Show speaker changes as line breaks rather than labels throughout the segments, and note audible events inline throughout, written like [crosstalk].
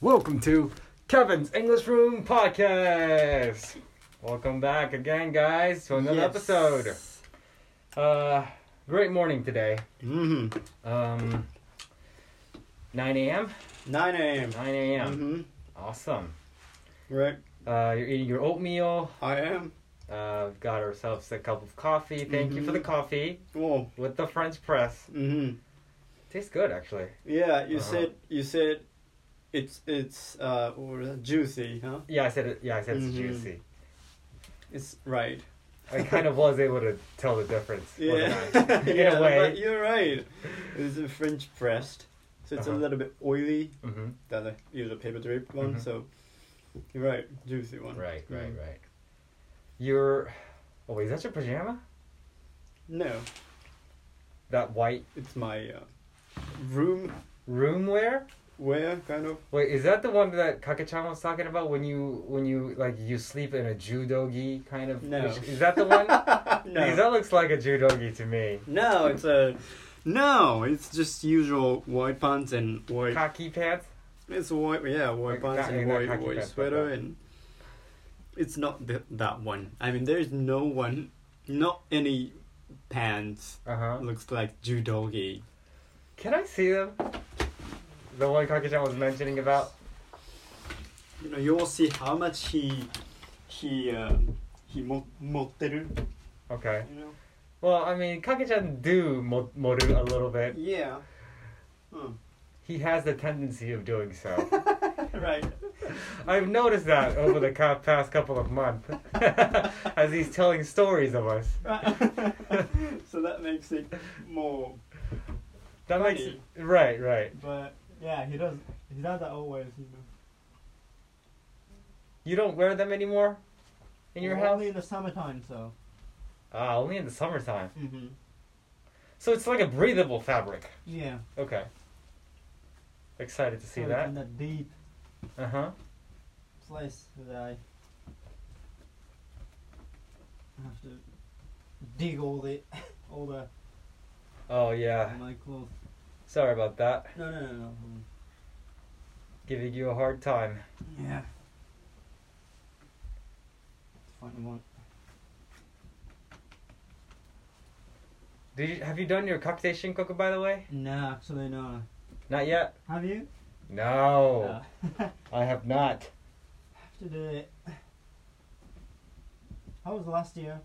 Welcome to Kevin's English Room Podcast. Welcome back again, guys, to another episode. Uh, great morning today.
hmm
Um, 9 a.m.
9 a.m.
9 a.m.
hmm
Awesome.
Right.
Uh, you're eating your oatmeal.
I am.
Uh, we've got ourselves a cup of coffee. Thank you
Mhm.
for the coffee
Well,
with the French press.
hmm
Tastes good, actually.
Yeah, you
Uh-huh.
said you said it's it's uh what was that? juicy, huh?
Yeah, I said it. Yeah, I said
Mhm.
it's juicy.
It's right.
I kind of was able to tell the difference. wasn't
Yeah.
I? In
[laughs] yeah,
a way.
but you're right. It's a French pressed, so it's
Uh-huh.
a little bit oily.
hmm
That I use a paper draped one,
Mhm.
so you're right, juicy one.
Right, right,
Mhm.
right. Your oh wait, is that your pajama?
No,
That white
it's my uh, room
room wear?
wear kind of. [laughs]
Wait, is that the one that Kakachan was talking about when you when you like you sleep in a judogi kind of?
No.
Is that the
[laughs]
one? Because
no.
that looks like a judogi to me.
No, it's a. No, it's just usual white pants and white
Khaki pants.
It's a white, yeah,
Like
white pants
that- like
and
that
white,
khaki
white
pants like
sweater,
that.
and it's not th- that one. I mean, there is no one, not any pants
Uh huh.
looks like judogi.
Can I see them? The one Kakachan was mentioning about.
You know, you will see how much he he uh, he mo- motteru,
Okay.
you know.
Well, I mean, Kakachan do mo- moru a little bit.
Yeah. Hmm.
He has the tendency of doing so.
[laughs] right. [laughs]
I've noticed that over the co- past couple of months [laughs] as he's telling stories of us.
so that makes it more.
That makes right, right.
But yeah, he does. He does that always, you know.
You don't wear them anymore in your house?
Only in the summertime, so.
Ah, only in the summertime.
Mm-hmm.
So it's like a breathable fabric.
Yeah.
Okay. Excited to see
so
that.
In that deep
Uh huh.
place that I have to dig all the [laughs] all the
Oh yeah.
my clothes.
Sorry about that.
No, no, no, no.
Giving you a hard time.
Yeah. Find one.
Did you have you done your cocktail shinkoku by the way?
No, actually, no.
Not yet.
Have you? [laughs]
No,
No.
I have not.
have to do it. How was last year?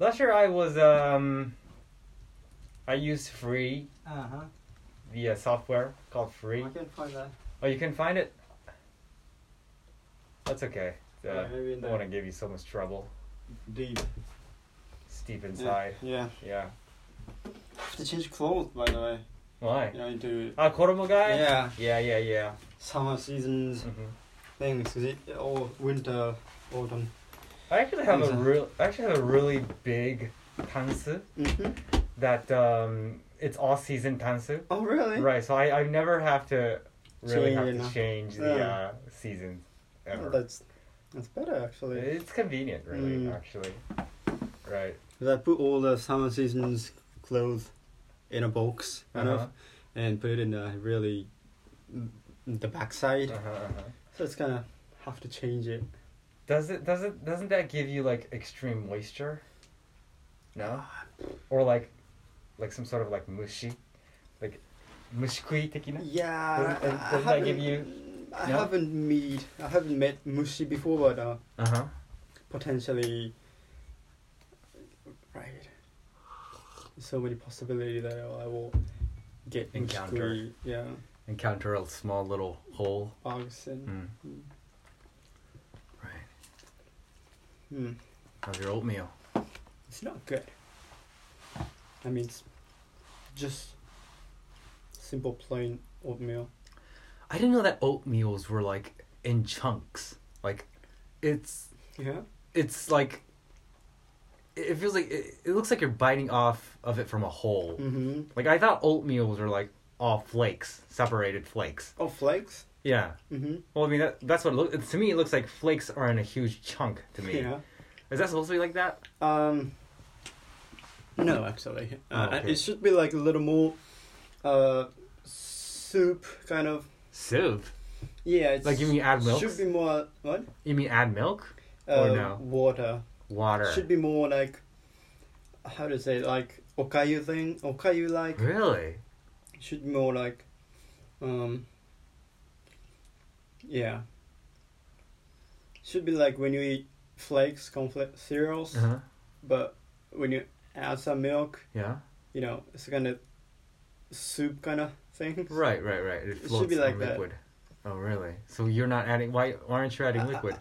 Last year I was um. I used free
Uh huh.
the uh, software called free.
can find that.
Oh, you can find it. That's okay. Uh,
Yeah, maybe in
I
the-
want to give you so much trouble.
Deep.
Steep inside.
Yeah.
Yeah.
Have to change clothes, by the way.
Why?
You know, into
Ah, Koromo guy.
yeah
Yeah, yeah, yeah.
summer seasons.
hmm
things is it all winter autumn
I actually have a
Exactly.
real. I actually have a really big tansu
mm-hmm.
that um, it's all season tansu.
oh really
Right. So I I never have to really
Change
have
it,
to
huh?
change the
Yeah.
uh, seasons
Oh,
ever.
that's that's better actually
It's convenient, really.
Mm.
Actually. Right.
'Cause i put all the summer seasons clothes in a box kind
Uh-huh.
of and put it in a really mm, the backside
Uh-huh, uh-huh.
so it's gonna have to change it
Does it does it doesn't that give you like extreme moisture? No? Or like like some sort of like mushy? Like mushikui tekina?
yeah
Doesn't-
I-
doesn't
I
that
haven't-
give you-
i
No?
haven't meet i haven't met mushi before but uh
Uh-huh.
potentially right so many possibilities that I will get
Encounter.
screwed, yeah
Encounter a small little hole.
bugs and
Hmm.
Mm.
Mm.
Right.
Mm.
How's your oatmeal?
it's not good I mean it's just simple plain oatmeal
I didn't know that oatmeals were like in chunks. Like, it's
yeah
it's like it feels like it, it looks like you're biting off of it from a whole.
mm-hmm
Like I thought oatmeals were like all flakes, separated flakes.
oh flakes
Yeah.
mm-hmm
Well, I mean that, that's what it looks to me. It looks like flakes are in a huge chunk to me.
yeah
Is that supposed to be like that?
um no actually uh,
Oh, okay.
it should be like a little more uh soup kind of
Soup.
Yeah, it's
Like, you mean add milk?
Should be more what?
You mean add milk?
Uh,
Or no.
Water
Water.
should be more like how to say like okayu thing. Okayu like
Really? Mm-hmm.
should be more like um yeah should be like when you eat flakes cornflakes cereals
Uh-huh.
but when you add some milk
Yeah.
you know it's kind of soup kind of thing
Right, right, right. It
should
floats
be like
on
that.
liquid. Oh, really? So you're not adding? Why, why aren't you adding
Uh,
liquid?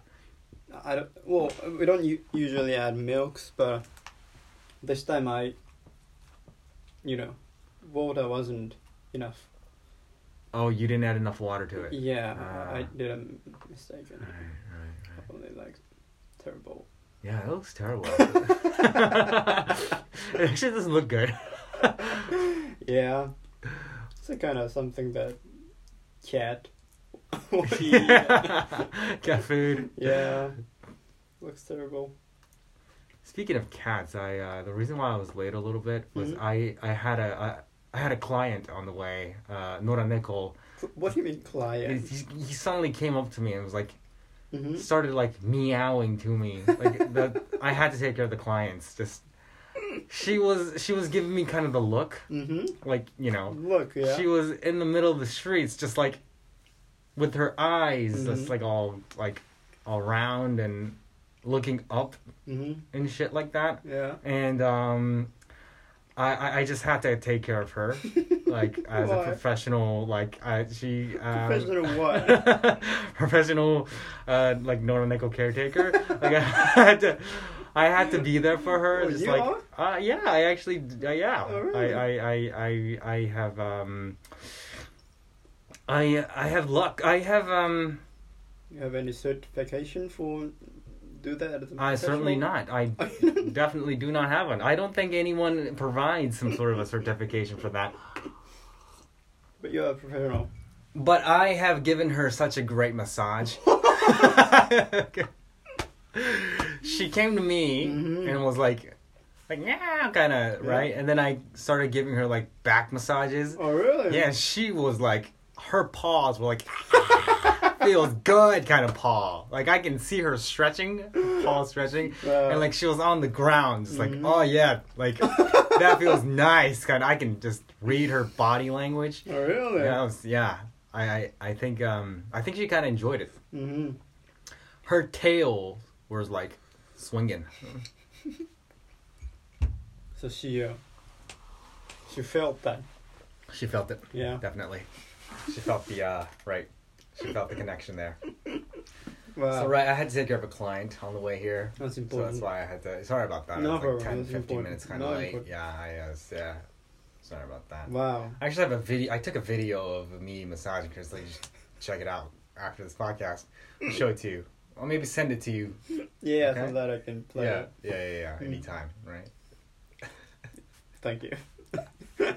i don't well we don't u- usually add milks but this time i you know water wasn't enough
Oh, you didn't add enough water to it.
yeah
Ah.
I, I did a m- mistake and
Right, right, right.
probably like terrible
Yeah, it looks terrible. [laughs] it actually doesn't look good.
Yeah. It's a kind of something that cat
[laughs]
would eat.
Cat food.
yeah. Looks terrible.
Speaking of cats, I uh, the reason why I was late a little bit was
Mhm.
I I had a I, I had a client on the way, uh, Nora Nickel.
Cl- What do you mean client?
[laughs] He, he suddenly came up to me and was like
hmm
started like meowing to me. Like the, I had to take care of the clients. Just she was she was giving me kind of the look,
hmm
like you know,
Look, yeah.
she was in the middle of the streets, just like with her eyes,
Mhm.
just like all like all round and looking up
hmm
and shit like that
Yeah.
and um I- I, I just had to take care of
[laughs]
her, like as a
Why?
professional, like I she um, [laughs]
Professional what?
professional, uh, like Nora Nickel caretaker. like [laughs] I had to, I had to be there for her.
Oh,
just
you
like Uh, yeah, I actually uh, yeah,
Oh, really?
I, I I I I have um, I I have luck. I have um,
You have any certification for do that? As a
I certainly
professional?
not. I definitely do not have one. I don't think anyone provides some sort of a certification for that.
But you're a professional.
But I have given her such a great massage. [laughs] she came to me
Mhm.
and was like, like yeah, kind of right. And then I started giving her like back massages.
Oh, really?
Yeah, she was like, her paws were like, [laughs] feels good kind of paw. Like I can see her stretching, paw stretching,
Wow.
and like she was on the ground, just like,
Mhm.
oh yeah, like that feels nice. Kind, of, I can just read her body language.
Oh, really?
Yeah, I was- yeah. I, I, I think um I think she kind of enjoyed it.
hmm
Her tail was like swinging.
So she, uh, she felt that.
She felt it.
Yeah.
Definitely. She felt the uh right. She felt the connection there.
Wow.
So right, I had to take care of a client on the way here.
That's
So
important.
that's why I had to. Sorry about that.
No
I was
problem,
like 10,
that's
15
important.
minutes kind of
No
late.
important.
Yeah, I was. Yeah. Sorry about that.
Wow.
I actually have a video. I took a video of me massaging Chris. Like, just check it out after this podcast. I'll show it to you. Or maybe send it to you.
Yeah,
Okay.
so that I can play
yeah.
it.
yeah. Yeah. Yeah.
Mm.
Anytime. Right.
Thank
[laughs]
you.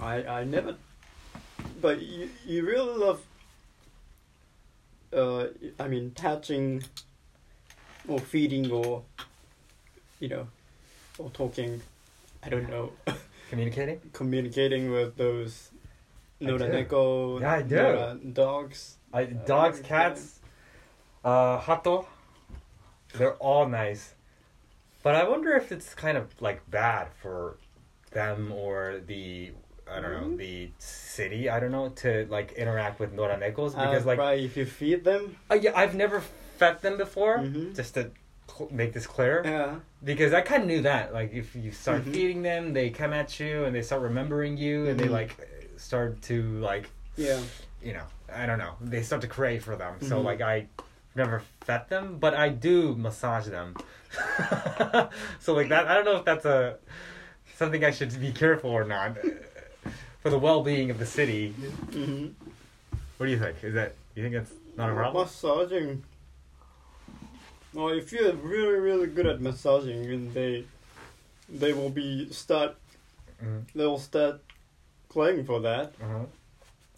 I I never. But you you really love. Uh, I mean, touching, or feeding, or you know, or talking. I don't know, [laughs]
Communicating.
communicating with those.
I
Nora
do.
Neko,
Yeah, I do.
Nora dogs.
I, dogs, cats, uh, hato. They're all nice, but I wonder if it's kind of like bad for them or the I don't know
Mhm.
the city. I don't know to like interact with Nora Nichols because
Because
like
probably if you feed them,
I, yeah, I've never fed them before.
Mhm.
Just to cl- make this clear,
yeah,
because I kind of knew that like if you start
Mhm.
feeding them, they come at you and they start remembering you and they
Mhm.
like start to like
yeah.
you know, I don't know. They start to crave for them. So
Mhm.
like I never fed them, but I do massage them. [laughs] so like that, I don't know if that's a something I should be careful or not uh, for the well-being of the city.
hmm
What do you think? Is that you think that's not a problem?
Massaging. Well, if you're really, really good at massaging, and they, they will be start.
Mhm.
They will start playing for that.
Uh-huh.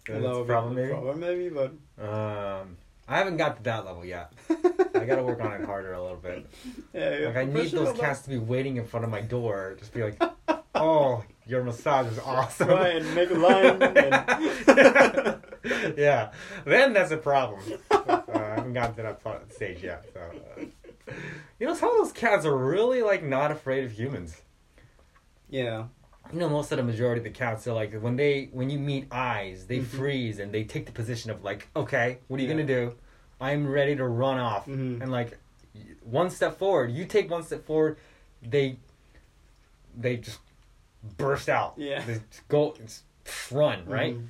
And
That's a
will be
problem
the
maybe.
Problem maybe, but
Um, I haven't got to that level
[laughs]
yet. I gotta work on it harder a little bit.
yeah, you're
Like I need
professional,
those
but-
[laughs]
cats to be waiting in front of my door, just be like, "Oh,
Your massage is awesome.
Try and make a line. And
[laughs] yeah, then that's a problem. Uh, I haven't gotten to that part- stage yet. So, uh, you know, some of those cats are really like not afraid of humans.
yeah.
You know, most of the majority of the cats are like when they when you meet eyes, they freeze and they take the position of like, okay, what are you
Mm-hmm. Yeah.
gonna do? I'm ready to run off,
Mhm.
and like y- one step forward, you take one step forward, they they just burst out.
Yeah.
they just go just run right.
Mhm.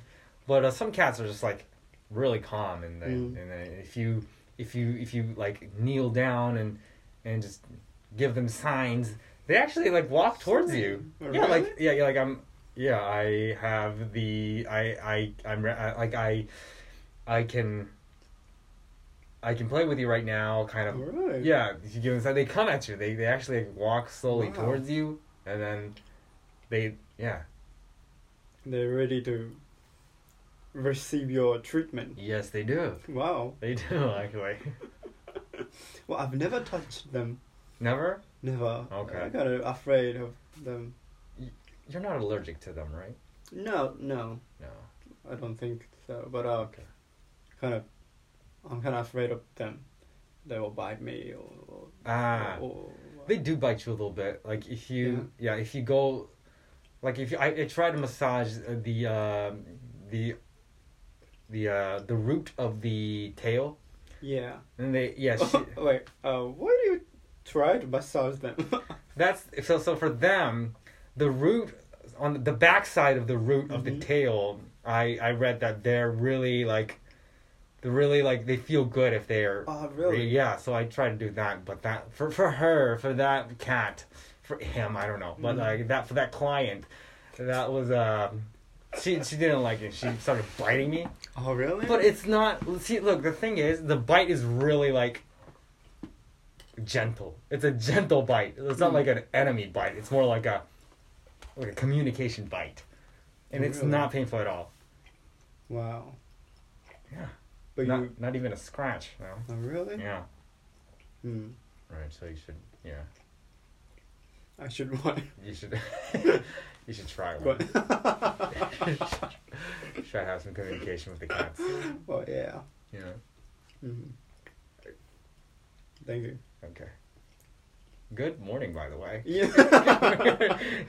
But uh, some cats are just like really calm, and then
Mm.
and then if you if you if you like kneel down and and just give them signs, they actually like walk towards you.
Oh,
Yeah, like
really?
yeah, yeah, like I'm yeah, I have the I I I'm re- I, like I I can I can play with you right now, kind of.
Alright.
Yeah, if you give them sign, they come at you. They they actually like, walk slowly
Wow.
towards you, and then they yeah
They're ready to receive your treatment.
yes they do
Wow.
they do [laughs] actually
Well, I've never touched them.
never.
Never.
Okay.
I'm kind of afraid of them.
You're not allergic to them, right?
No, no.
No.
I don't think so. But uh,
Okay.
kind of, I'm kind of afraid of them. They will bite me or. or
Ah,
or-
they do bite you a little bit. Like if you, yeah, if you go, like if you, I, I try to massage uh, the uh, the the uh, the root of the tail,
yeah.
and they yeah,
[laughs]
she,
Wait. Uh, why do you try to massage them? [laughs]
that's so so for them, the root on the back side of the root of the
Mhm.
tail. I I read that they're really like, they're really like they feel good if they're
oh, really?
Yeah, so I try to do that, but that for for her, for that cat, for him, I don't know, but
Mhm.
like that for that client, that was um, she she didn't like it. She started biting me,
Oh, really?
but it's not. See, look, the thing is, the bite is really like gentle. It's a gentle bite. It's not
Mm.
like an enemy bite. It's more like a like a communication bite, and it's
Really?
not painful at all.
Wow.
Yeah.
But
not
you.
not even a scratch. No.
Oh, really?
Yeah.
Hmm.
Right. So you should. Yeah.
I should [laughs] want.
[laughs] You should you should try one.
But
[laughs] Try to have some communication with the cats.
well, [laughs] yeah.
You know.
hmm Thank you. [laughs]
Okay. Good morning, by the way. [laughs]
Yeah.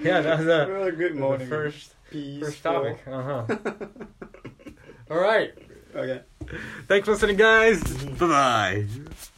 yeah, that was a
really good morning.
first
Peace.
first topic. Uh huh. All right.
[laughs] Okay.
Thanks for listening, guys. Bye bye.